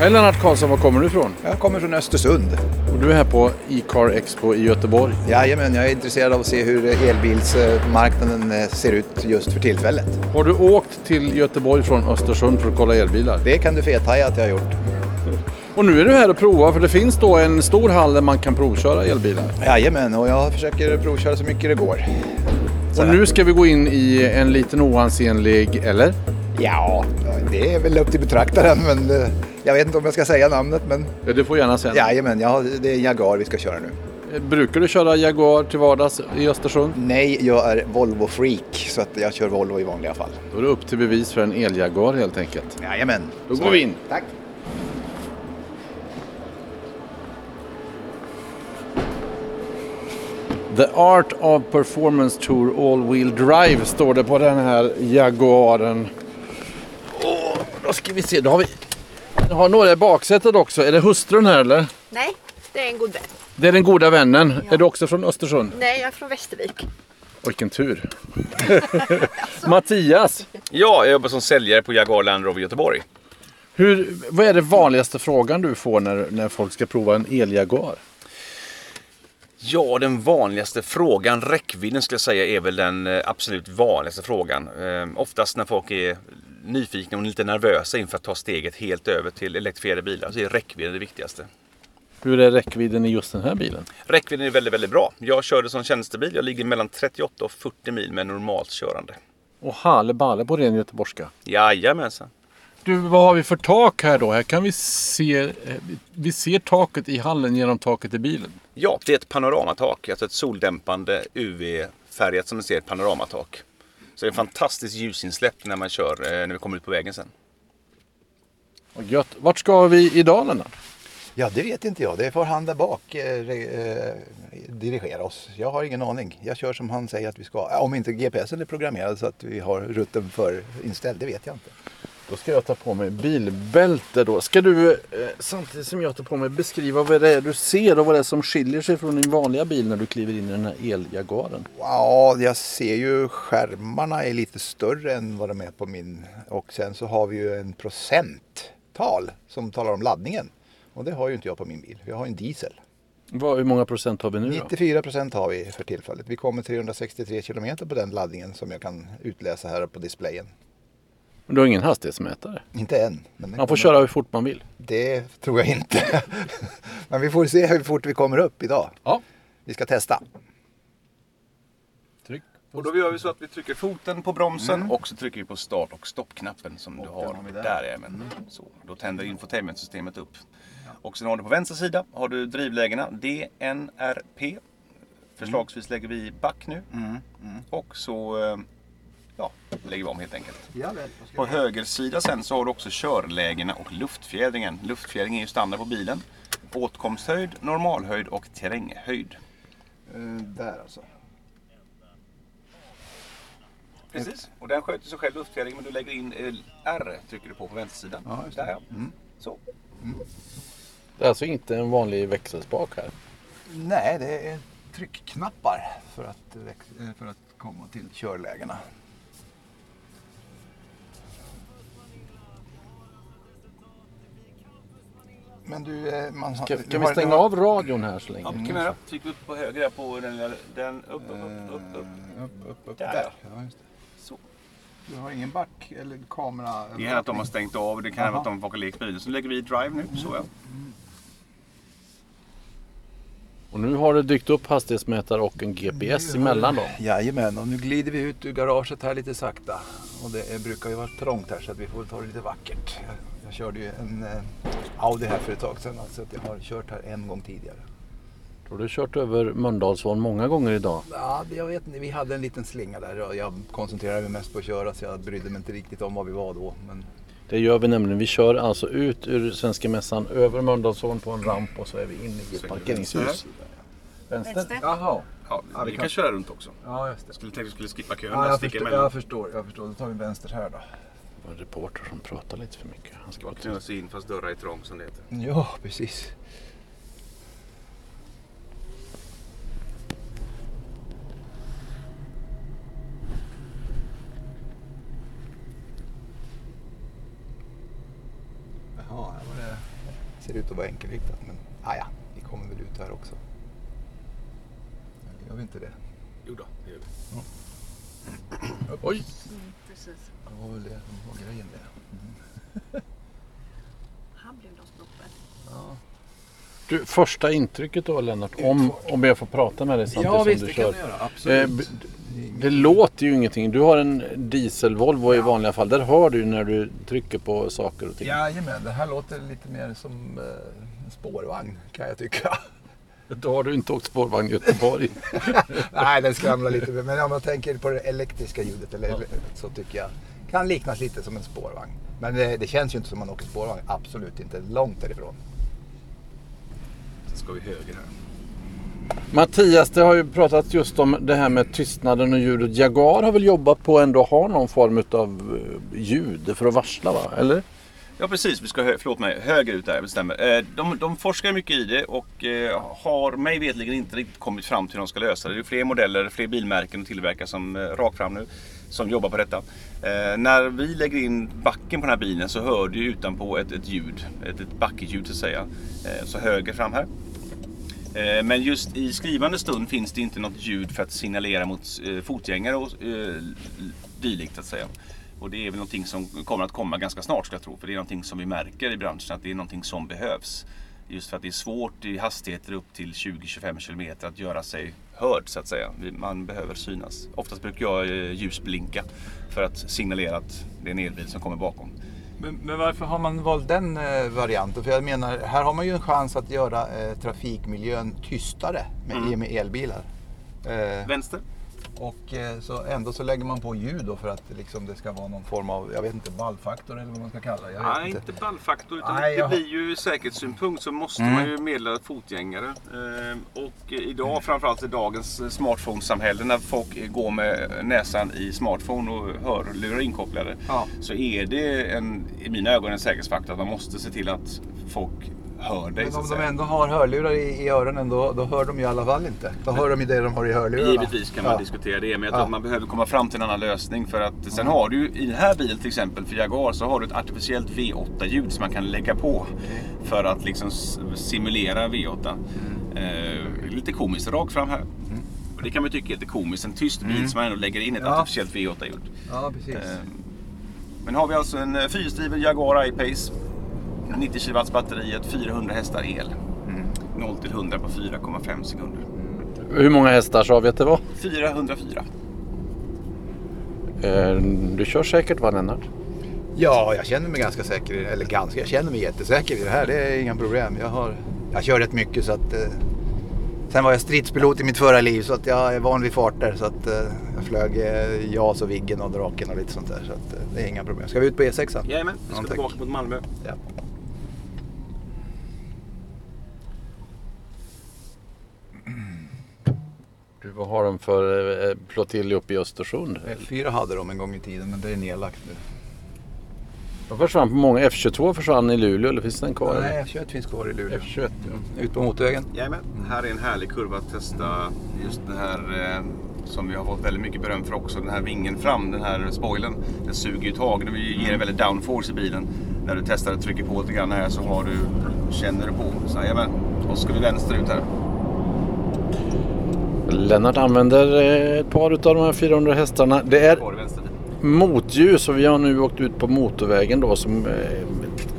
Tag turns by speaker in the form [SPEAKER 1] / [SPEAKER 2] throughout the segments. [SPEAKER 1] Hej Lennart Karlsson, var kommer du ifrån?
[SPEAKER 2] Jag kommer från Östersund.
[SPEAKER 1] Och du är här på E-car Expo i Göteborg.
[SPEAKER 2] Jajamän, jag är intresserad av att se hur elbilsmarknaden eh, ser ut just för tillfället.
[SPEAKER 1] Har du åkt till Göteborg från Östersund för att kolla elbilar?
[SPEAKER 2] Det kan du fethaja att jag har gjort.
[SPEAKER 1] Och nu är du här och provar för det finns då en stor hall där man kan provköra elbilar.
[SPEAKER 2] Jajamän, och jag försöker provköra så mycket det går. Så
[SPEAKER 1] Och
[SPEAKER 2] här.
[SPEAKER 1] nu ska vi gå in i en liten oansenlig, eller?
[SPEAKER 2] Ja, det är väl upp till betraktaren, men eh, jag vet inte om jag ska säga namnet. Men
[SPEAKER 1] Ja, du får gärna sen.
[SPEAKER 2] jajamän, ja, det är en Jaguar vi ska köra nu.
[SPEAKER 1] Eh, Brukar du köra Jaguar till vardags i Östersund?
[SPEAKER 2] Nej, jag är Volvo-freak, så att jag kör Volvo i vanliga fall.
[SPEAKER 1] Då är det upp till bevis för en el-Jaguar helt enkelt.
[SPEAKER 2] Jajamän.
[SPEAKER 1] Då
[SPEAKER 2] Så-
[SPEAKER 1] går vi in.
[SPEAKER 2] Tack.
[SPEAKER 1] The Art of Performance Tour All Wheel Drive står det på den här Jaguaren. Åh, då ska vi se, då har vi jag har några i baksätet också. Är det hustrun här eller?
[SPEAKER 3] Nej, det är en god vän.
[SPEAKER 1] Det är den goda vännen. Är du också från Östersund?
[SPEAKER 3] Nej, jag är från Västervik.
[SPEAKER 1] Oj, Vilken tur. Mattias,
[SPEAKER 4] Ja, jag jobbar som säljare på Jaguar Land Rover Göteborg.
[SPEAKER 1] hur, vad är det vanligaste frågan du får när, när folk ska prova en el-Jaguar?
[SPEAKER 4] Ja, den vanligaste frågan, räckvidden skulle jag säga, är väl den eh, absolut vanligaste frågan. Eh, oftast när folk är nyfikna och lite nervösa inför att ta steget helt över till elektrifierade bilar så är räckvidden det viktigaste.
[SPEAKER 1] Hur är räckvidden i just den här bilen?
[SPEAKER 4] Räckvidden är väldigt, väldigt bra. Jag kör det som tjänstebil. Jag ligger mellan 38 och 40 mil med normalt körande.
[SPEAKER 1] Och halle balle på ren göteborgska.
[SPEAKER 4] Jajamensan.
[SPEAKER 1] Du, vad har vi för tak här då? Här kan vi se, eh, vi ser taket i hallen genom taket i bilen.
[SPEAKER 4] Ja, det är ett panoramatak. Alltså ett soldämpande UV-färgat som ni ser, ett panoramatak. Så det är fantastiskt ljusinsläpp när man kör, eh, när vi kommer ut på vägen sen.
[SPEAKER 1] Och gött. Vart ska vi idag Lennart?
[SPEAKER 2] Ja, det vet inte jag. Det får han där bak eh, re- eh, dirigera oss. Jag har ingen aning. Jag kör som han säger att vi ska. Ja, Om inte GPSen är programmerad så att vi har rutten för inställd, det vet jag inte.
[SPEAKER 1] Då ska jag ta på mig bilbälte då. Ska du eh, samtidigt som jag tar på mig beskriva vad det är du ser och vad det är som skiljer sig från din vanliga bil när du kliver in i den här el-Jaguaren?
[SPEAKER 2] Ja, jag ser ju skärmarna är lite större än vad de är på min. Och sen så har vi ju en procenttal som talar om laddningen. Och det har ju inte jag på min bil. Jag har en diesel.
[SPEAKER 1] Vad, hur många procent har vi nu då?
[SPEAKER 2] 94 procent har vi för tillfället. Vi kommer 363 kilometer på den laddningen som jag kan utläsa här på displayen.
[SPEAKER 1] Men Du har ingen hastighetsmätare.
[SPEAKER 2] Inte än. men den
[SPEAKER 1] Man får
[SPEAKER 2] kommer.
[SPEAKER 1] köra hur fort man vill.
[SPEAKER 2] Det tror jag inte. Men vi får se hur fort vi kommer upp idag.
[SPEAKER 1] Ja.
[SPEAKER 2] Vi ska testa.
[SPEAKER 1] Tryck.
[SPEAKER 4] Och då gör vi så att vi trycker foten på bromsen Mm. och så trycker vi på start och stoppknappen som du har. där. Mm. är men. Så, då tänder infotainmentsystemet upp. Och sen har du på vänster sida har du drivlägena DNRP. Förslagsvis lägger vi i back nu. Och så eh, ja, lägger vi om helt enkelt. På höger sida sen så har du också körlägena och luftfjädringen. Luftfjädringen är ju standard på bilen. Åtkomsthöjd, normalhöjd och terränghöjd.
[SPEAKER 2] Där alltså.
[SPEAKER 4] Precis, och den sköter sig själv luftfjädringen men du lägger in eh, R trycker du på på vänstersidan. Ja, just det. Mm. Där, ja. Så.
[SPEAKER 1] Det är alltså inte en vanlig växelspak här.
[SPEAKER 2] Nej, det är tryckknappar för att, väx- eh, för att komma till körlägena. Men du, eh, man har...
[SPEAKER 1] Kan, kan vi
[SPEAKER 2] har-
[SPEAKER 1] stänga av radion här så länge?
[SPEAKER 4] Ja, kan vi göra. Tryck upp på höger där på den lilla, den upp, upp, upp, upp, upp.
[SPEAKER 2] Upp, upp, upp.
[SPEAKER 4] Där.
[SPEAKER 2] Där. Ja, just det.
[SPEAKER 4] Så.
[SPEAKER 2] Du har ingen back eller kamera?
[SPEAKER 4] Det är här att de har stängt av, det kan vara att de har lekt bilen. Så lägger vi i drive nu, så ja.
[SPEAKER 1] Och nu har det dykt upp hastighetsmätare och en GPS emellan dem.
[SPEAKER 2] Jajamän, och nu glider vi ut ur garaget här lite sakta. Och det är, brukar ju vara trångt här så att vi får väl ta det lite vackert. Jag, jag körde ju en eh, Audi här för ett tag sedan, så att jag har kört här en gång tidigare.
[SPEAKER 1] Har du kört över Mölndalsån många gånger idag?
[SPEAKER 2] Ja, det- jag vet inte, vi hade en liten slinga där och jag koncentrerade mig mest på att köra så jag brydde mig inte riktigt om var vi var då. Men
[SPEAKER 1] Det gör vi nämligen. Vi kör alltså ut ur Svenska Mässan, över Mölndalsån på en ramp och så är vi inne i ett parkeringshus. Vänster?
[SPEAKER 3] Vänster.
[SPEAKER 2] Jaha,
[SPEAKER 4] ja
[SPEAKER 2] Ja, vi
[SPEAKER 4] vi
[SPEAKER 2] kan
[SPEAKER 4] kan köra runt också.
[SPEAKER 2] ja just det.
[SPEAKER 4] Skulle tänka att vi skulle skippa kön
[SPEAKER 2] Ja,
[SPEAKER 4] där,
[SPEAKER 2] jag,
[SPEAKER 4] sticka
[SPEAKER 2] förstår,
[SPEAKER 4] emellan.
[SPEAKER 2] jag förstår, jag förstår. Då tar vi vänster här då.
[SPEAKER 1] Det var en reporter som pratar lite för mycket. Han ska
[SPEAKER 4] Och knöla sig in fast dörrar är trång som det heter.
[SPEAKER 2] Ja, precis. Jaha, här var det ser ut att vara enkelriktat. Men ah, ja, vi kommer väl ut här också. Eller gör vi inte det?
[SPEAKER 4] Jo då, det gör vi.
[SPEAKER 1] Oj!
[SPEAKER 3] Precis.
[SPEAKER 2] Det var väl det som var grejen det.
[SPEAKER 3] Han blev då snoppen.
[SPEAKER 1] Du, första intrycket då Lennart, om, om jag får prata med dig samtidigt som du kör.
[SPEAKER 2] göra.
[SPEAKER 1] Eh, b- Det låter ju ingenting. Du har en diesel-Volvo i vanliga fall. Där hör du ju när du trycker på saker och ting.
[SPEAKER 2] Jajamän, det här låter lite mer som eh, en spårvagn kan jag tycka.
[SPEAKER 1] Då har du inte åkt spårvagn i Göteborg.
[SPEAKER 2] Nej, den skramlar lite. Men om jag tänker på det elektriska ljudet eller, så tycker jag kan liknas lite som en spårvagn. Men eh, det, det känns ju inte som man åker spårvagn. Absolut inte. Långt därifrån.
[SPEAKER 4] Så ska vi höger här.
[SPEAKER 1] Mattias, det har ju pratat just om det här med tystnaden och ljudet. Jaguar har väl jobbat på ändå att ha någon form av ljud för att varsla va? Eller?
[SPEAKER 4] Ja precis, vi ska hö- förlåt mig, höger ut där, det stämmer. Eh, De, de forskar mycket i det och eh, har mig vetligen inte riktigt kommit fram till hur de ska lösa det. Det är fler modeller, fler bilmärken och tillverkare som eh, rakt fram nu som jobbar på detta. Eh, När vi lägger in backen på den här bilen så hör du ju utanpå ett, ett ljud, ett, ett backljud så att säga. Eh, Så höger fram här. Eh, Men just i skrivande stund finns det inte något ljud för att signalera mot eh, fotgängare och eh, dylikt att säga. Och det är väl någonting som kommer att komma ganska snart ska jag tro. För det är någonting som vi märker i branschen att det är någonting som behövs. Just för att det är svårt i hastigheter upp till 20-25 kilometer att göra sig hörd så att säga. Vi- Man behöver synas. Oftast brukar jag eh, ljusblinka för att signalera att det är en elbil som kommer bakom.
[SPEAKER 2] Men, men varför har man valt den eh, varianten? För jag menar, här har man ju en chans att göra eh, trafikmiljön tystare med, i och med elbilar. Eh,
[SPEAKER 4] Vänster.
[SPEAKER 2] och eh, så ändå så lägger man på ljud då för att liksom, det ska vara någon form av, jag vet inte, ballfaktor eller vad man ska kalla det. Jag vet
[SPEAKER 4] Nej,
[SPEAKER 2] inte.
[SPEAKER 4] inte ballfaktor. Utan
[SPEAKER 2] Nej, jag- Mm.
[SPEAKER 4] Det blir ju ur säkerhetssynpunkt så måste man ju meddela fotgängare. Ehm, Och idag, framförallt i dagens eh, smartphonesamhälle när folk eh, går med näsan i smartphone och hörlurar inkopplade.
[SPEAKER 2] Ja.
[SPEAKER 4] Så är det en, i mina ögon en säkerhetsfaktor att man måste se till att folk hör dig.
[SPEAKER 2] Men
[SPEAKER 4] så att
[SPEAKER 2] om de
[SPEAKER 4] säga.
[SPEAKER 2] ändå har hörlurar i, i öronen då, då hör de ju i alla fall inte. Då hör de ju det de har i hörlurarna.
[SPEAKER 4] Givetvis kan man
[SPEAKER 2] Ja.
[SPEAKER 4] diskutera det, men jag
[SPEAKER 2] Ja. Mm.
[SPEAKER 4] tror att man behöver komma fram till en annan lösning. För att sen har du ju i den här bilen till exempel, för Jaguar, så har du ett artificiellt V8-ljud som man kan lägga på.
[SPEAKER 2] Mm.
[SPEAKER 4] För att liksom s- simulera V8.
[SPEAKER 2] Mm.
[SPEAKER 4] Eh, lite komiskt, rakt fram här. Och det kan man ju tycka är lite komiskt, en tyst bil som man ändå lägger in ett
[SPEAKER 2] Mm. Ja.
[SPEAKER 4] artificiellt V8-ljud.
[SPEAKER 2] Ja, precis.
[SPEAKER 4] Ehm, Men har vi alltså en eh, fyrhjulsdriven Jaguar I-Pace. 90 kW batteriet, 400 hästar el.
[SPEAKER 2] Mm.
[SPEAKER 4] 0 till 100 på 4,5 sekunder.
[SPEAKER 1] Hur många hästar sa vi att det var?
[SPEAKER 4] 404.
[SPEAKER 1] Eh, Du kör säkert va Lennart?
[SPEAKER 2] Ja, jag känner mig ganska säker. i- Eller ganska, jag känner mig jättesäker i det här. Det är inga problem. Jag, har, jag kör rätt mycket så att... Eh, sen var jag stridspilot i mitt förra liv så att jag är van vid farter. Så att eh, jag flög eh, JAS och Viggen och Draken och lite sånt där. Så att eh, det är inga problem. Ska vi ut på E6?
[SPEAKER 4] Jajamän, vi ska
[SPEAKER 2] tack.
[SPEAKER 4] tillbaka mot Malmö.
[SPEAKER 2] Ja.
[SPEAKER 1] Du, vad har de för eh, flottilj uppe i Östersund?
[SPEAKER 2] F4 E hade de en gång i tiden men det är nedlagt nu.
[SPEAKER 1] De försvann på många. F22 försvann i Luleå, eller finns den kvar?
[SPEAKER 2] Nej, F21 finns kvar i Luleå.
[SPEAKER 1] F21
[SPEAKER 2] Ut på motorvägen.
[SPEAKER 4] Jajamän, här är en härlig kurva att testa. Just den här eh, som vi har fått väldigt mycket beröm för också. Den här vingen fram, den här spoilern. Den suger ju tag. Den ger en väldigt downforce i bilen. När du testar och trycker på lite grann här så har du, känner du på. Så, jajamän. Och så ska vi vänsterut här.
[SPEAKER 1] Lennart använder eh, ett par av de här 400 hästarna. Det är
[SPEAKER 4] Kvar i vänster.
[SPEAKER 1] motljus och vi har nu åkt ut på motorvägen då som eh,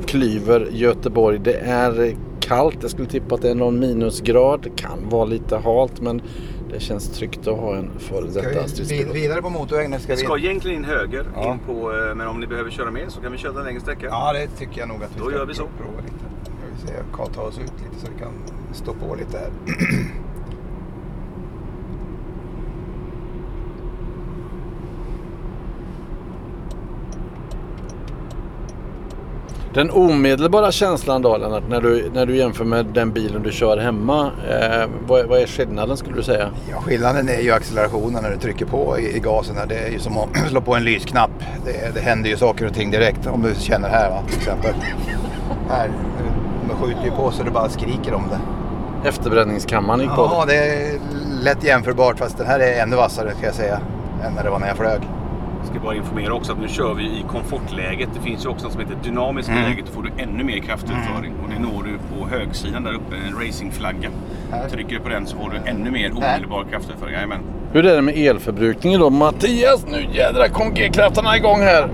[SPEAKER 1] klyver Göteborg. Det är eh, kallt, jag skulle tippa att det är någon minusgrad. Det kan vara lite halt men det känns tryggt att ha en före detta
[SPEAKER 2] Ska vi vid-
[SPEAKER 1] stridspilot.
[SPEAKER 2] vidare på motorvägen? eller Ska vi...
[SPEAKER 4] Ska egentligen in höger.
[SPEAKER 2] Ja.
[SPEAKER 4] In på, eh, men om ni behöver köra mer så kan vi köra den längre sträckan.
[SPEAKER 2] Ja, det tycker jag nog att vi
[SPEAKER 4] Då
[SPEAKER 2] ska
[SPEAKER 4] gör vi så.
[SPEAKER 2] prova lite. Jag vill se, jag kan ta oss ut lite så vi kan stå på lite här.
[SPEAKER 1] Den omedelbara känslan då Lennart, när du, när du jämför med den bilen du kör hemma. Eh, vad, vad är skillnaden skulle du säga?
[SPEAKER 2] Ja, skillnaden är ju accelerationen när du trycker på i, i gasen. här. Det är ju som att slå på en lysknapp. Det, det händer ju saker och ting direkt. Om du känner här va, till exempel. Här, de skjuter ju på så det bara skriker om det.
[SPEAKER 1] Efterbränningskammaren gick på.
[SPEAKER 2] Ja, det är lätt jämförbart fast den här är ännu vassare ska jag säga. Än när det var när jag flög.
[SPEAKER 4] Jag ska bara informera också att nu kör vi i komfortläget. Det finns ju också något som heter dynamiskt läge. Då får du ännu mer kraftutföring. Och det når du på högsidan där uppe, en racingflagga. Trycker du på den så får du ännu mer omedelbar kraftutföring. Jajamän.
[SPEAKER 1] Hur är det med elförbrukningen då? Mattias, nu jädra kom G-krafterna igång här!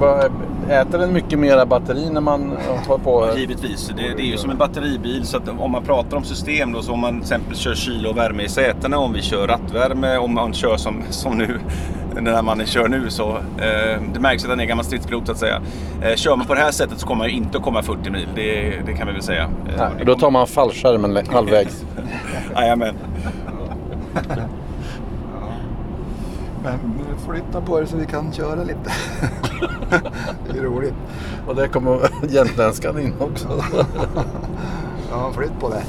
[SPEAKER 1] Bara, Äter den mycket mera batteri när man har på?
[SPEAKER 4] Ja, Givetvis, det, det är ju som en batteribil. Så att om man pratar om system då, så om man till exempel kör kyl och värme i sätena, om vi kör rattvärme, om man kör som, som nu, den här mannen kör nu så, eh, det märks att han är gammal stridspilot så att säga. Eh, kör man på det här sättet så kommer man ju inte att komma 40 mil, det, det kan vi väl säga. Eh, det
[SPEAKER 1] Nej, Då tar man fallskärmen lä- halvvägs.
[SPEAKER 4] Jajamän.
[SPEAKER 2] Men flytta på er så vi kan köra lite. det är roligt.
[SPEAKER 1] Och där kommer jämtländskan in också.
[SPEAKER 2] Ja, flytt på det.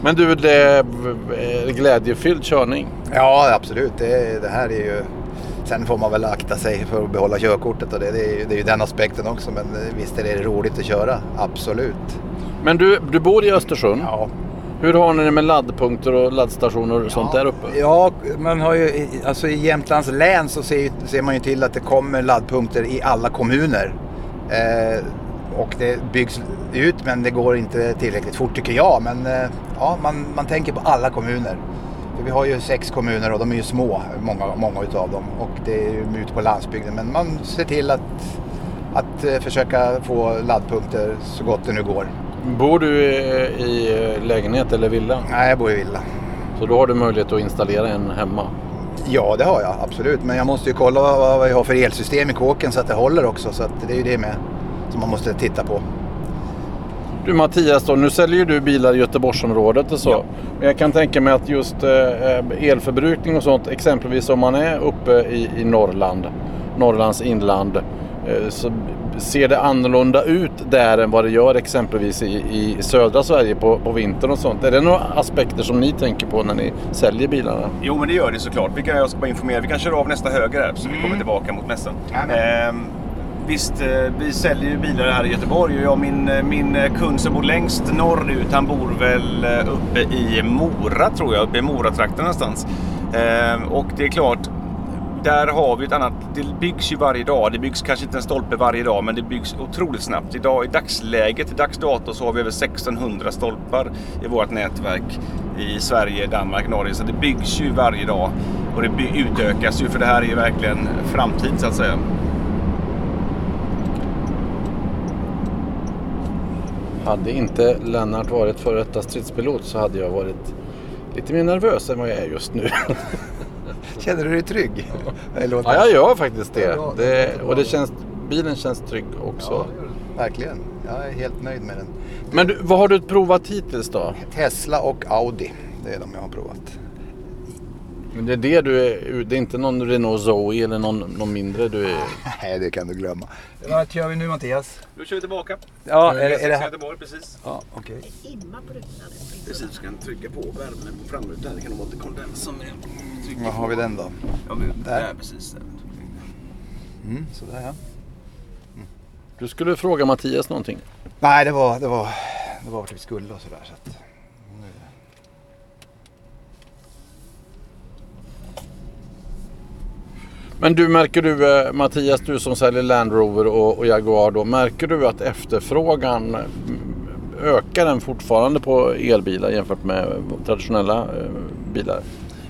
[SPEAKER 1] Men du, det är glädjefylld körning.
[SPEAKER 2] Ja, absolut. Det, det här är ju... Sen får man väl akta sig för att behålla körkortet och det, det, är, ju, det är ju den aspekten också. Men visst är det roligt att köra, absolut.
[SPEAKER 1] Men du, du bor i Östersund.
[SPEAKER 2] Ja,
[SPEAKER 1] Hur har ni det med laddpunkter och laddstationer och sånt där uppe?
[SPEAKER 2] Ja, man har ju, alltså i Jämtlands län så ser, ser man ju till att det kommer laddpunkter i alla kommuner. Eh, och det byggs ut men det går inte tillräckligt fort tycker jag. Men eh, ja, man, man tänker på alla kommuner. För vi har ju sex kommuner och de är ju små, många, många utav dem. Och det är ju ute på landsbygden. Men man ser till att, att eh, försöka få laddpunkter så gott det nu går.
[SPEAKER 1] Bor du i, i lägenhet eller villa?
[SPEAKER 2] Nej, jag bor i villa.
[SPEAKER 1] Så då har du möjlighet att installera en hemma.
[SPEAKER 2] Ja, det har jag absolut. Men jag måste ju kolla vad, vad jag har för elsystem i kåken så att det håller också. Så att det är ju det med som man måste titta på.
[SPEAKER 1] Du Mattias, då, nu säljer ju du bilar i Göteborgsområdet och så. Men jag kan tänka mig att just eh, elförbrukning och sånt, exempelvis om man är uppe i, i Norrland, Norrlands inland, eh, så ser det annorlunda ut där än vad det gör exempelvis i, i södra Sverige på, på vintern och sånt. Är det några aspekter som ni tänker på när ni säljer bilarna?
[SPEAKER 4] Jo, men det gör det såklart. Vi kan, jag ska bara informera. Vi kan köra av nästa höger här så vi kommer tillbaka mot mässan. Ehm, visst, eh, vi säljer ju bilar här i Göteborg och jag, min, eh, min eh, kund som bor längst norrut, han bor väl eh, uppe i Mora tror jag, uppe i Moratrakten någonstans. Ehm, och det är klart, där har vi ett annat. Det byggs ju varje dag. Det byggs kanske inte en stolpe varje dag, men det byggs otroligt snabbt. Idag, I dagsläget, i dags dato, så har vi över 1600 stolpar i vårt nätverk i Sverige, Danmark, Norge. Så det byggs ju varje dag och det by- utökas ju, för det här är ju verkligen framtid så att säga.
[SPEAKER 1] Hade inte Lennart varit före detta stridspilot så hade jag varit lite mer nervös än vad jag är just nu.
[SPEAKER 2] Känner du dig trygg? Det låter-
[SPEAKER 1] Ja, jag gör faktiskt det.
[SPEAKER 2] Ja, det är
[SPEAKER 1] det
[SPEAKER 2] jättebra.
[SPEAKER 1] och det känns, bilen känns trygg också.
[SPEAKER 2] Verkligen. Jag är helt nöjd med den.
[SPEAKER 1] Men du, vad har du provat hittills då?
[SPEAKER 2] Tesla och Audi, det är de jag har provat.
[SPEAKER 1] Det är det du är, det är inte någon Renault Zoe eller någon, någon mindre du är...
[SPEAKER 2] Nej, det kan du glömma. Vad gör vi nu Mattias?
[SPEAKER 4] Nu kör vi tillbaka.
[SPEAKER 2] Ja,
[SPEAKER 4] Är det, Göteborg, precis.
[SPEAKER 2] Ja, okej.
[SPEAKER 3] Imma på rutan.
[SPEAKER 4] Precis, du kan trycka på värmen på framrutan. Det kan vara lite kondens som
[SPEAKER 2] Var har vi den då? Mm,
[SPEAKER 4] Ja, men,
[SPEAKER 2] Där. där,
[SPEAKER 4] precis.
[SPEAKER 2] Mm, sådär ja.
[SPEAKER 1] Du skulle fråga Mattias någonting.
[SPEAKER 2] Nej, det var, det var, det var vart vi skulle och sådär. Så att,
[SPEAKER 1] Men du märker du eh, Mattias, du som säljer Land Rover och, och Jaguar då, märker du att efterfrågan mm, ökar den fortfarande på elbilar jämfört med traditionella eh, bilar?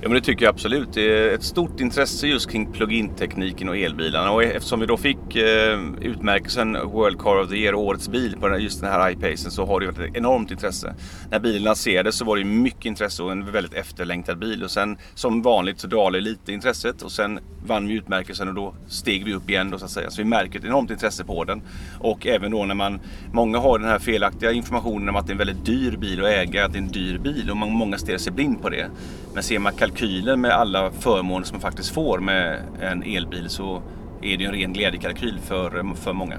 [SPEAKER 4] Ja, men det tycker jag absolut. Det är ett stort intresse just kring plug-in-tekniken och elbilarna. Och eftersom vi då fick eh, utmärkelsen World Car of the Year, årets bil, på den här- just den här iPacen så har det ju varit ett enormt intresse. När bilen lanserades så var det ju mycket intresse och en väldigt efterlängtad bil. Och sen som vanligt så dalade lite intresset och sen vann vi utmärkelsen och då steg vi upp igen då så att säga. Så vi märker ett enormt intresse på den. Och även då när man, många har den här felaktiga informationen om att det är en väldigt dyr bil att äga, att det är en dyr bil och man, många stirrar sig blind på det. Men ser man kalkylen med alla förmåner som man faktiskt får med en elbil så är det ju en ren glädjekalkyl för, för många.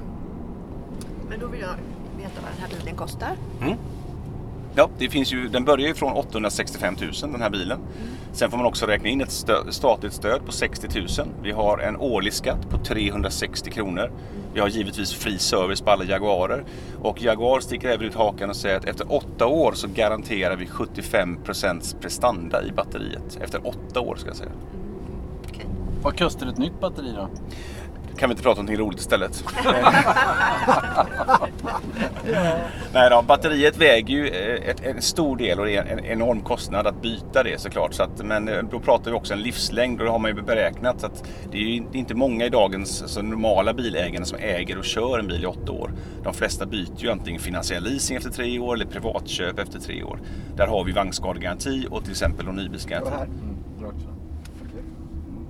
[SPEAKER 3] Men då vill jag veta vad den här bilen kostar.
[SPEAKER 4] Ja, det finns ju, den börjar ju från 865 000 den här bilen. Sen får man också räkna in ett stö- statligt stöd på 60 000. Vi har en årlig skatt på 360 kronor. Vi har givetvis fri service på alla Jaguarer. Och Jaguar sticker även ut hakan och säger att efter åtta år så garanterar vi 75 prestanda i batteriet. Efter åtta år ska jag säga.
[SPEAKER 1] Vad kostar ett nytt batteri då?
[SPEAKER 4] Kan vi inte prata om någonting roligt istället? Nej då, batteriet väger ju eh, ett, en stor del och det är en enorm kostnad att byta det såklart. Så att, men eh, då pratar vi också en livslängd och det har man ju beräknat. Så att det är ju in- det är inte många i dagens alltså, normala bilägare som äger och kör en bil i åtta år. De flesta byter ju antingen finansiell leasing efter tre år eller privatköp efter tre år. Där har vi vagnskadegaranti och till exempel då nybilsgaranti.
[SPEAKER 1] Mm.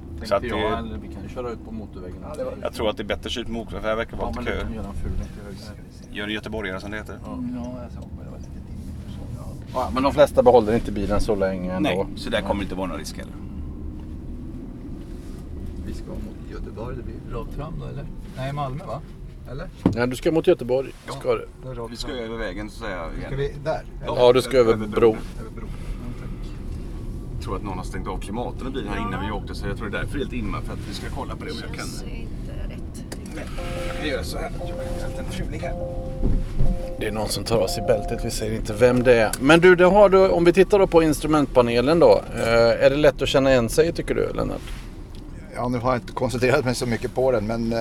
[SPEAKER 1] Tänkte
[SPEAKER 4] Så att det-
[SPEAKER 1] jag, eller vi kan ju köra ut på motorvägen. Ja, det var...
[SPEAKER 4] Jag tror att det är bättre kylt mot för här verkar vara
[SPEAKER 1] Ja,
[SPEAKER 4] lite
[SPEAKER 1] men du
[SPEAKER 4] köer.
[SPEAKER 1] kan göra en ful vecka högre.
[SPEAKER 4] Gör det göteborgare som det heter.
[SPEAKER 1] Ja, men de flesta behåller inte bilen så länge ändå.
[SPEAKER 4] Nej, så där kommer det inte vara någon risk heller.
[SPEAKER 2] Vi ska mot Göteborg, det blir rakt fram då eller? Nej, Malmö va? Eller?
[SPEAKER 1] Nej, du ska mot Göteborg. Ska du?
[SPEAKER 2] Då rakt
[SPEAKER 4] Vi ska över vägen så säger jag igen.
[SPEAKER 2] Ska vi där?
[SPEAKER 1] Ja, du ska över bron.
[SPEAKER 2] Över bron.
[SPEAKER 4] Jag tror att någon har stängt av klimaten i bilen här innan vi åkte så jag tror det är därför det är helt inne för att vi ska kolla på det om jag kan.
[SPEAKER 3] känns inte rätt.
[SPEAKER 4] Jag kan göra så här. Jag har en liten fuling här.
[SPEAKER 1] Det är någon som tar av sig bältet. Vi säger inte vem det är. Men du, det har du, om vi tittar då på instrumentpanelen då. Eh, är det lätt att känna igen sig tycker du, Lennart?
[SPEAKER 2] Ja, nu har jag inte koncentrerat mig så mycket på den men eh,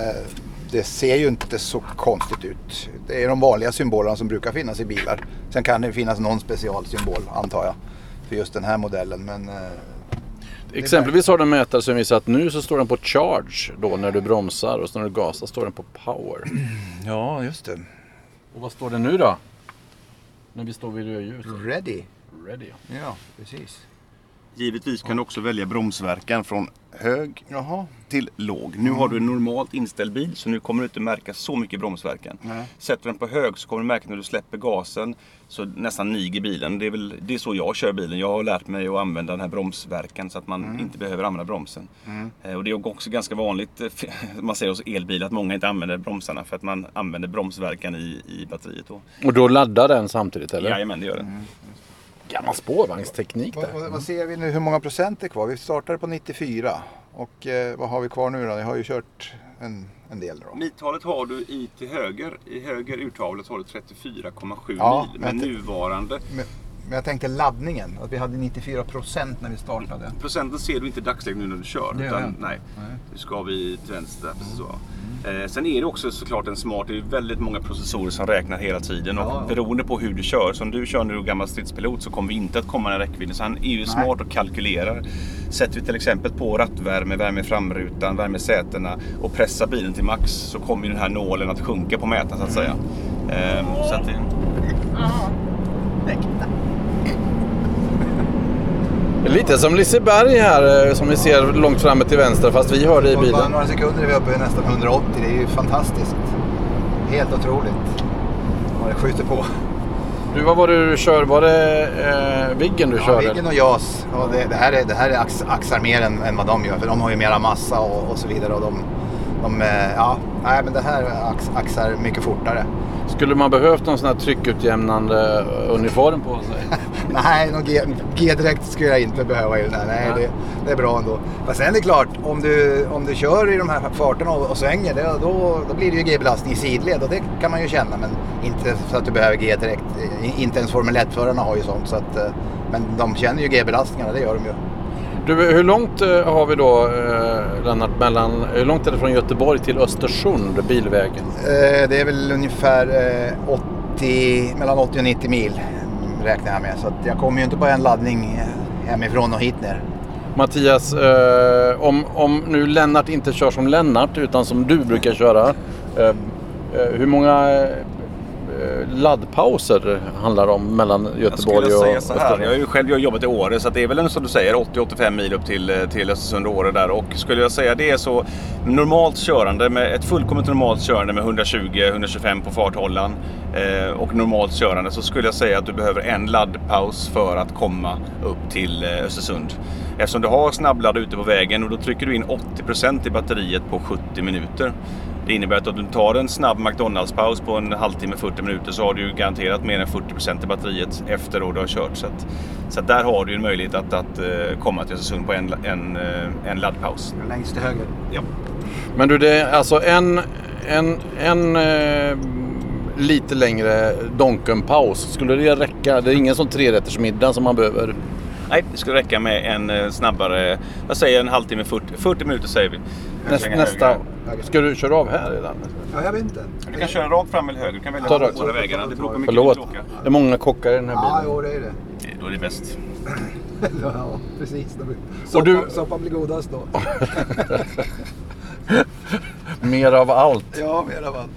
[SPEAKER 2] det ser ju inte så konstigt ut. Det är de vanliga symbolerna som brukar finnas i bilar. Sen kan det finnas någon specialsymbol antar jag för just den här modellen men eh,
[SPEAKER 1] Exempelvis har du en mätare som visar att nu så står den på charge då när du bromsar och så när du gasar står den på power.
[SPEAKER 2] ja, just det.
[SPEAKER 1] Och vad står det nu då? När vi står vid rödljus.
[SPEAKER 2] Ready.
[SPEAKER 1] Mm. Ready.
[SPEAKER 2] Ja, precis.
[SPEAKER 4] Givetvis kan du också välja bromsverkan från hög
[SPEAKER 2] Jaha.
[SPEAKER 4] till låg. Nu har du en normalt inställd bil så nu kommer du inte märka så mycket bromsverkan.
[SPEAKER 2] Nej.
[SPEAKER 4] Sätter du den på hög så kommer du märka när du släpper gasen så nästan niger bilen. Det är, väl, det är så jag kör bilen. Jag har lärt mig att använda den här bromsverkan så att man
[SPEAKER 2] Mm.
[SPEAKER 4] inte behöver använda bromsen. Eh, Och det är också ganska vanligt, eh, man ser hos elbilar, att många inte använder bromsarna för att man använder bromsverkan i, i batteriet. Då.
[SPEAKER 1] Och då laddar den samtidigt eller?
[SPEAKER 4] Jajamän, det gör
[SPEAKER 2] Mm.
[SPEAKER 4] den.
[SPEAKER 1] Gammal spårvagnsteknik
[SPEAKER 2] Vad,
[SPEAKER 1] där.
[SPEAKER 2] vad, vad ser vi nu? Hur många procent är kvar? Vi startade på 94 och eh, vad har vi kvar nu då? Ni har ju kört en, en del då.
[SPEAKER 4] Mittalet har du i till höger. I höger urtavlet har du 34,7
[SPEAKER 2] Ja,
[SPEAKER 4] mil.
[SPEAKER 2] men
[SPEAKER 4] Men
[SPEAKER 2] det-
[SPEAKER 4] nuvarande
[SPEAKER 2] Men, men jag tänkte laddningen, att vi hade 94 procent när vi startade.
[SPEAKER 4] Procenten ser du inte i dagsläget nu när du kör.
[SPEAKER 2] Det gör jag
[SPEAKER 4] utan,
[SPEAKER 2] inte.
[SPEAKER 4] nej,
[SPEAKER 2] Nej. Mm.
[SPEAKER 4] nu ska vi till vänster. Precis så. Eh, sen är det också såklart en smart, det är väldigt många processorer som räknar hela tiden. Och
[SPEAKER 2] Ja, ja.
[SPEAKER 4] Beroende på hur du kör, som du kör när du är gammal stridspilot så kommer vi inte att komma den räckvidden. Så han är ju smart och kalkylerar. Sätter vi till exempel på rattvärme, värme i framrutan, värme i sätena och pressar bilen till max så kommer ju den här nålen att sjunka på mätaren så att säga.
[SPEAKER 2] Mm.
[SPEAKER 4] Ehm, så att det,
[SPEAKER 3] Ursäkta.
[SPEAKER 1] Lite som Liseberg här eh, som vi ser långt framme till vänster fast vi hör det i
[SPEAKER 2] Och Bara
[SPEAKER 1] bilen.
[SPEAKER 2] några sekunder är vi uppe i nästan 180, det är ju fantastiskt. Helt otroligt. Ja, det skjuter på.
[SPEAKER 1] Du, vad var det du kör? Var det eh, Viggen du
[SPEAKER 2] Ja,
[SPEAKER 1] körde?
[SPEAKER 2] Viggen och JAS, ja, det, det, här är, det här är ax, axar mer än, än vad de gör för de har ju mera massa och, och så vidare. Och de, de, eh, ja, nej, men det här är ax, axar mycket fortare.
[SPEAKER 1] Skulle man behövt någon sån här tryckutjämnande eh, uniform på sig?
[SPEAKER 2] Nej, någon G- G-dräkt skulle jag inte behöva i den här. Nej, det, det är bra ändå. Men sen är det klart, om du, om du kör i de här farterna och, och svänger, det, då, då blir det ju G-belastning i sidled och det kan man ju känna. Men inte så att du behöver G-dräkt. I- Inte ens Formel 1-förarna har ju sånt. Så att, eh, men de känner ju G-belastningarna, det gör de ju.
[SPEAKER 1] Du, hur långt eh, har vi då, eh, Lennart, mellan, hur långt är det från Göteborg till Östersund, bilvägen?
[SPEAKER 2] Eh, Det är väl ungefär eh, 80, mellan 80 och 90 mil mm, räknar jag med. Så att jag kommer ju inte på en laddning eh, hemifrån och hit ner.
[SPEAKER 1] Mattias, eh, om, om nu Lennart inte kör som Lennart, utan som du brukar köra, eh, eh, hur många eh, laddpauser handlar det om mellan
[SPEAKER 4] Jag
[SPEAKER 1] Göteborg
[SPEAKER 4] skulle
[SPEAKER 1] och
[SPEAKER 4] säga så här. Jag har
[SPEAKER 1] Östersund?
[SPEAKER 4] ju själv jag har jobbat i Åre så att det är väl en som du säger 80-85 mil upp till, eh, till Östersund och Åre där. Och skulle jag säga det så normalt körande med ett fullkomligt normalt körande med 120-125 på farthållaren eh, och normalt körande så skulle jag säga att du behöver en laddpaus för att komma upp till eh, Östersund. Eftersom du har snabbladd ute på vägen och då trycker du in 80% i batteriet på 70 minuter. Det innebär att om du tar en snabb McDonalds-paus på en halvtimme, 40 minuter så har du ju garanterat mer än 40% i batteriet efter då du har kört. Så, att, så att där har du ju en möjlighet att, att eh, komma till Östersund på en, en, eh, en laddpaus.
[SPEAKER 2] Längst till höger.
[SPEAKER 4] Ja.
[SPEAKER 1] Men du, det är alltså en, en, en eh, lite längre Donken-paus. Skulle det räcka? Det är ingen sån trerättersmiddag som man behöver
[SPEAKER 4] Nej, det skulle räcka med en eh, snabbare... Jag säger en halvtimme, 40, 40 minuter säger vi.
[SPEAKER 1] Näst,
[SPEAKER 4] Svänga
[SPEAKER 1] nästa.
[SPEAKER 4] höger.
[SPEAKER 1] Ska du köra av här redan?
[SPEAKER 2] Ja, jag vet inte.
[SPEAKER 4] Du kan köra rakt fram eller höger. Du kan välja
[SPEAKER 1] Ta
[SPEAKER 4] båda
[SPEAKER 1] rakt.
[SPEAKER 4] vägarna. Det beror på hur mycket
[SPEAKER 1] Förlåt.
[SPEAKER 4] du vill åka.
[SPEAKER 1] Det är många kockar i den här
[SPEAKER 2] Ja,
[SPEAKER 1] bilen.
[SPEAKER 2] jo, det är det.
[SPEAKER 4] Det- Då är det bäst.
[SPEAKER 2] Ja, precis.
[SPEAKER 1] Och
[SPEAKER 2] Soppan,
[SPEAKER 1] du-
[SPEAKER 2] soppan blir godast då.
[SPEAKER 1] Mer av allt.
[SPEAKER 2] Ja, mer av allt.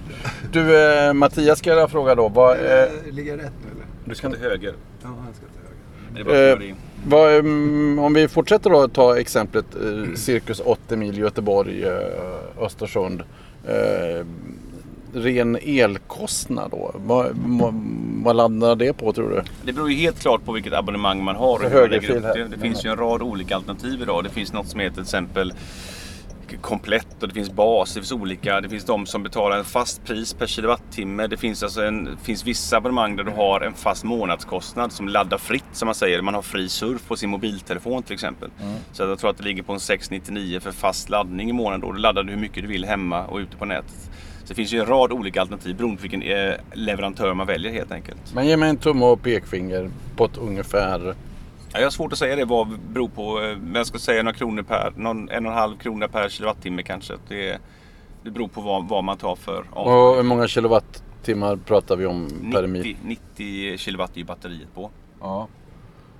[SPEAKER 1] Du eh, Mattias ska jag fråga då. Vad, eh,
[SPEAKER 2] Eh, Ligger jag rätt nu eller?
[SPEAKER 4] Du ska till höger.
[SPEAKER 2] Ja, jag ska ta höger.
[SPEAKER 4] Men Det är bara
[SPEAKER 1] Eh,
[SPEAKER 4] att köra in.
[SPEAKER 1] vad, mm, om vi fortsätter då att ta exemplet eh, cirkus 80 mil Göteborg, eh, Östersund. Eh, ren elkostnad då? Vad, må- vad landar det på tror du?
[SPEAKER 4] Det beror ju helt klart på vilket abonnemang man har. och
[SPEAKER 1] Så
[SPEAKER 4] hur man
[SPEAKER 1] högerfil
[SPEAKER 4] lägger upp
[SPEAKER 1] här.
[SPEAKER 4] det. det finns ju en rad olika alternativ idag. Det finns något som heter till exempel komplett och det finns bas. Det finns olika. Det finns de som betalar en fast pris per kilowattimme. Det finns, alltså en, det finns vissa abonnemang där du har en fast månadskostnad som laddar fritt som man säger. Man har fri surf på sin mobiltelefon till exempel.
[SPEAKER 1] Mm.
[SPEAKER 4] Så jag tror att det ligger på en 699 för fast laddning i månaden. Då Då laddar du hur mycket du vill hemma och ute på nätet. Så det finns ju en rad olika alternativ beroende på vilken eh, leverantör man väljer helt enkelt.
[SPEAKER 1] Men ge mig en tumme och pekfinger på ett ungefär.
[SPEAKER 4] Ja, jag har svårt att säga det vad det beror på. eh, Men jag skulle säga några kronor per, någon, en och en halv krona per kilowattimme kanske. Att Det, det beror på vad, vad man tar för avstånd.
[SPEAKER 1] Och hur många kilowattimmar pratar vi om per mil?
[SPEAKER 4] 90, 90 kilowatt är ju batteriet på.
[SPEAKER 1] Ja.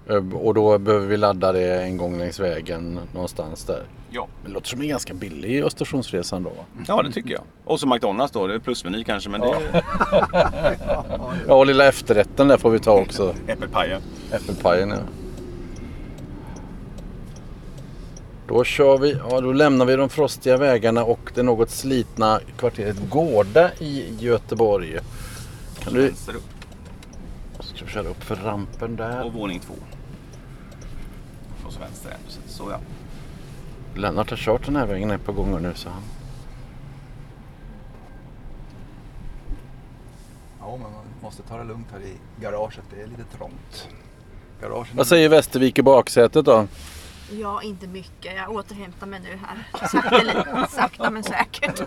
[SPEAKER 1] Eh, Och då behöver vi ladda det en gång längs vägen någonstans där.
[SPEAKER 4] Ja.
[SPEAKER 1] Det låter som en ganska billig Östersundsresan då.
[SPEAKER 4] ja, det tycker jag. Och så McDonalds då, det är plusmeny kanske men det
[SPEAKER 1] Ja, och lilla efterrätten där får vi ta också.
[SPEAKER 4] är äppelpajen.
[SPEAKER 1] Äppelpajen ja. Då kör vi, ja då lämnar vi de frostiga vägarna och det något slitna kvarteret Gårda i Göteborg. Kan du,
[SPEAKER 4] Vänster upp
[SPEAKER 1] ska vi köra upp för rampen
[SPEAKER 4] och
[SPEAKER 1] där.
[SPEAKER 4] våning två. Och så vänster igen, precis. Så ja.
[SPEAKER 1] Lennart har kört den här vägen ett par gånger nu så han.
[SPEAKER 2] Ja, men man måste ta det lugnt här i garaget. Det är lite trångt. Garagen
[SPEAKER 1] Vad säger Västervik i baksätet då?
[SPEAKER 3] Ja, inte mycket. Jag återhämtar mig nu här. Sakta, li- sakta men säkert.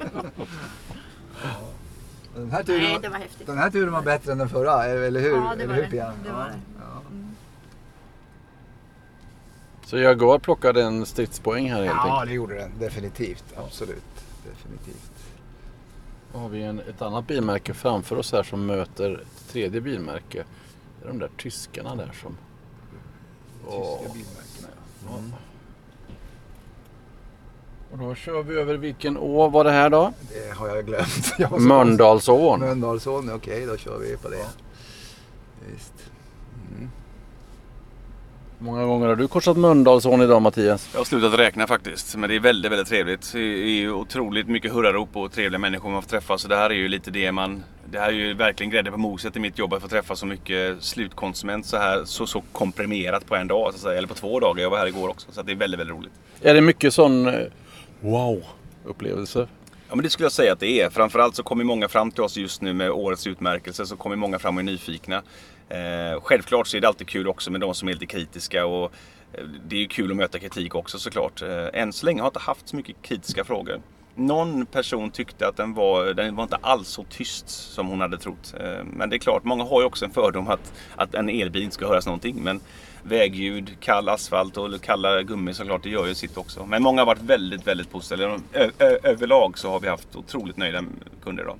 [SPEAKER 2] den, här turen,
[SPEAKER 3] Nej, det var häftigt.
[SPEAKER 2] den här turen var bättre än den förra, eller hur?
[SPEAKER 3] Ja, det
[SPEAKER 2] eller
[SPEAKER 3] var
[SPEAKER 2] hur,
[SPEAKER 3] det.
[SPEAKER 2] Pia?
[SPEAKER 3] Det var det.
[SPEAKER 2] Ja.
[SPEAKER 1] Så Jaguar plockade en stridspoäng här helt
[SPEAKER 2] Ja,
[SPEAKER 1] enkelt.
[SPEAKER 2] det gjorde den. Definitivt. Absolut. Definitivt.
[SPEAKER 1] Då har vi en, ett annat bilmärke framför oss här som möter ett tredje bilmärke. Det är de där tyskarna där som...
[SPEAKER 2] Tyska bilmärkena, ja.
[SPEAKER 1] Och då kör vi över vilken å var det här då?
[SPEAKER 2] Det har jag glömt. Jag var så-
[SPEAKER 1] Mölndalsån.
[SPEAKER 2] Mölndalsån, okej då kör vi på det. Visst.
[SPEAKER 1] Hur många gånger har du korsat Mölndalsån idag Mattias?
[SPEAKER 4] Jag har slutat räkna faktiskt, men det är väldigt, väldigt trevligt. Det är ju otroligt mycket hurrarop och trevliga människor man får träffa. Så det här är ju lite det man... Det här är ju verkligen grädde på moset i mitt jobb att få träffa så mycket slutkonsument så här så, så komprimerat på en dag, så att säga. eller på två dagar. Jag var här igår också, så att det är väldigt, väldigt roligt.
[SPEAKER 1] Är det mycket sån wow upplevelse?
[SPEAKER 4] Ja, men det skulle jag säga att det är. Framförallt så kommer många fram till oss just nu med årets utmärkelse, så kommer många fram och är nyfikna. Eh, självklart så är det alltid kul också med de som är lite kritiska och eh, det är ju kul att möta kritik också såklart. Eh, än så länge har jag inte haft så mycket kritiska frågor. Någon person tyckte att den var, den var inte alls så tyst som hon hade trott. Eh, Men det är klart, många har ju också en fördom att, att en elbil inte ska höras någonting. Men vägljud, kall asfalt och kalla gummi såklart, det gör ju sitt också. Men många har varit väldigt, väldigt positiva. Ö- ö- Överlag så har vi haft otroligt nöjda kunder idag.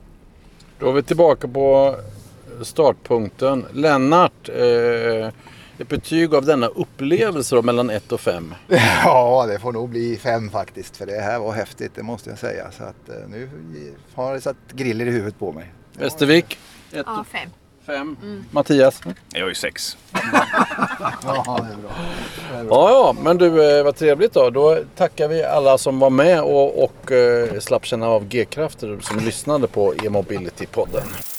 [SPEAKER 1] Då är vi tillbaka på eh, startpunkten. Lennart, eh, ett betyg av denna upplevelse då mellan 1 och 5?
[SPEAKER 2] Ja, det får nog bli fem faktiskt. För det här var häftigt, det måste jag säga. Så att eh, nu har det satt griller i huvudet på mig.
[SPEAKER 1] Västervik? 1
[SPEAKER 3] Ja,
[SPEAKER 1] och
[SPEAKER 3] fem.
[SPEAKER 1] 5. Mattias?
[SPEAKER 4] Jag är ju sex.
[SPEAKER 2] Ja, det är bra.
[SPEAKER 1] Ja, ja, men du, eh, vad trevligt då. Då tackar vi alla som var med och, och eh, slapp känna av G-krafter som lyssnade på E-mobility-podden.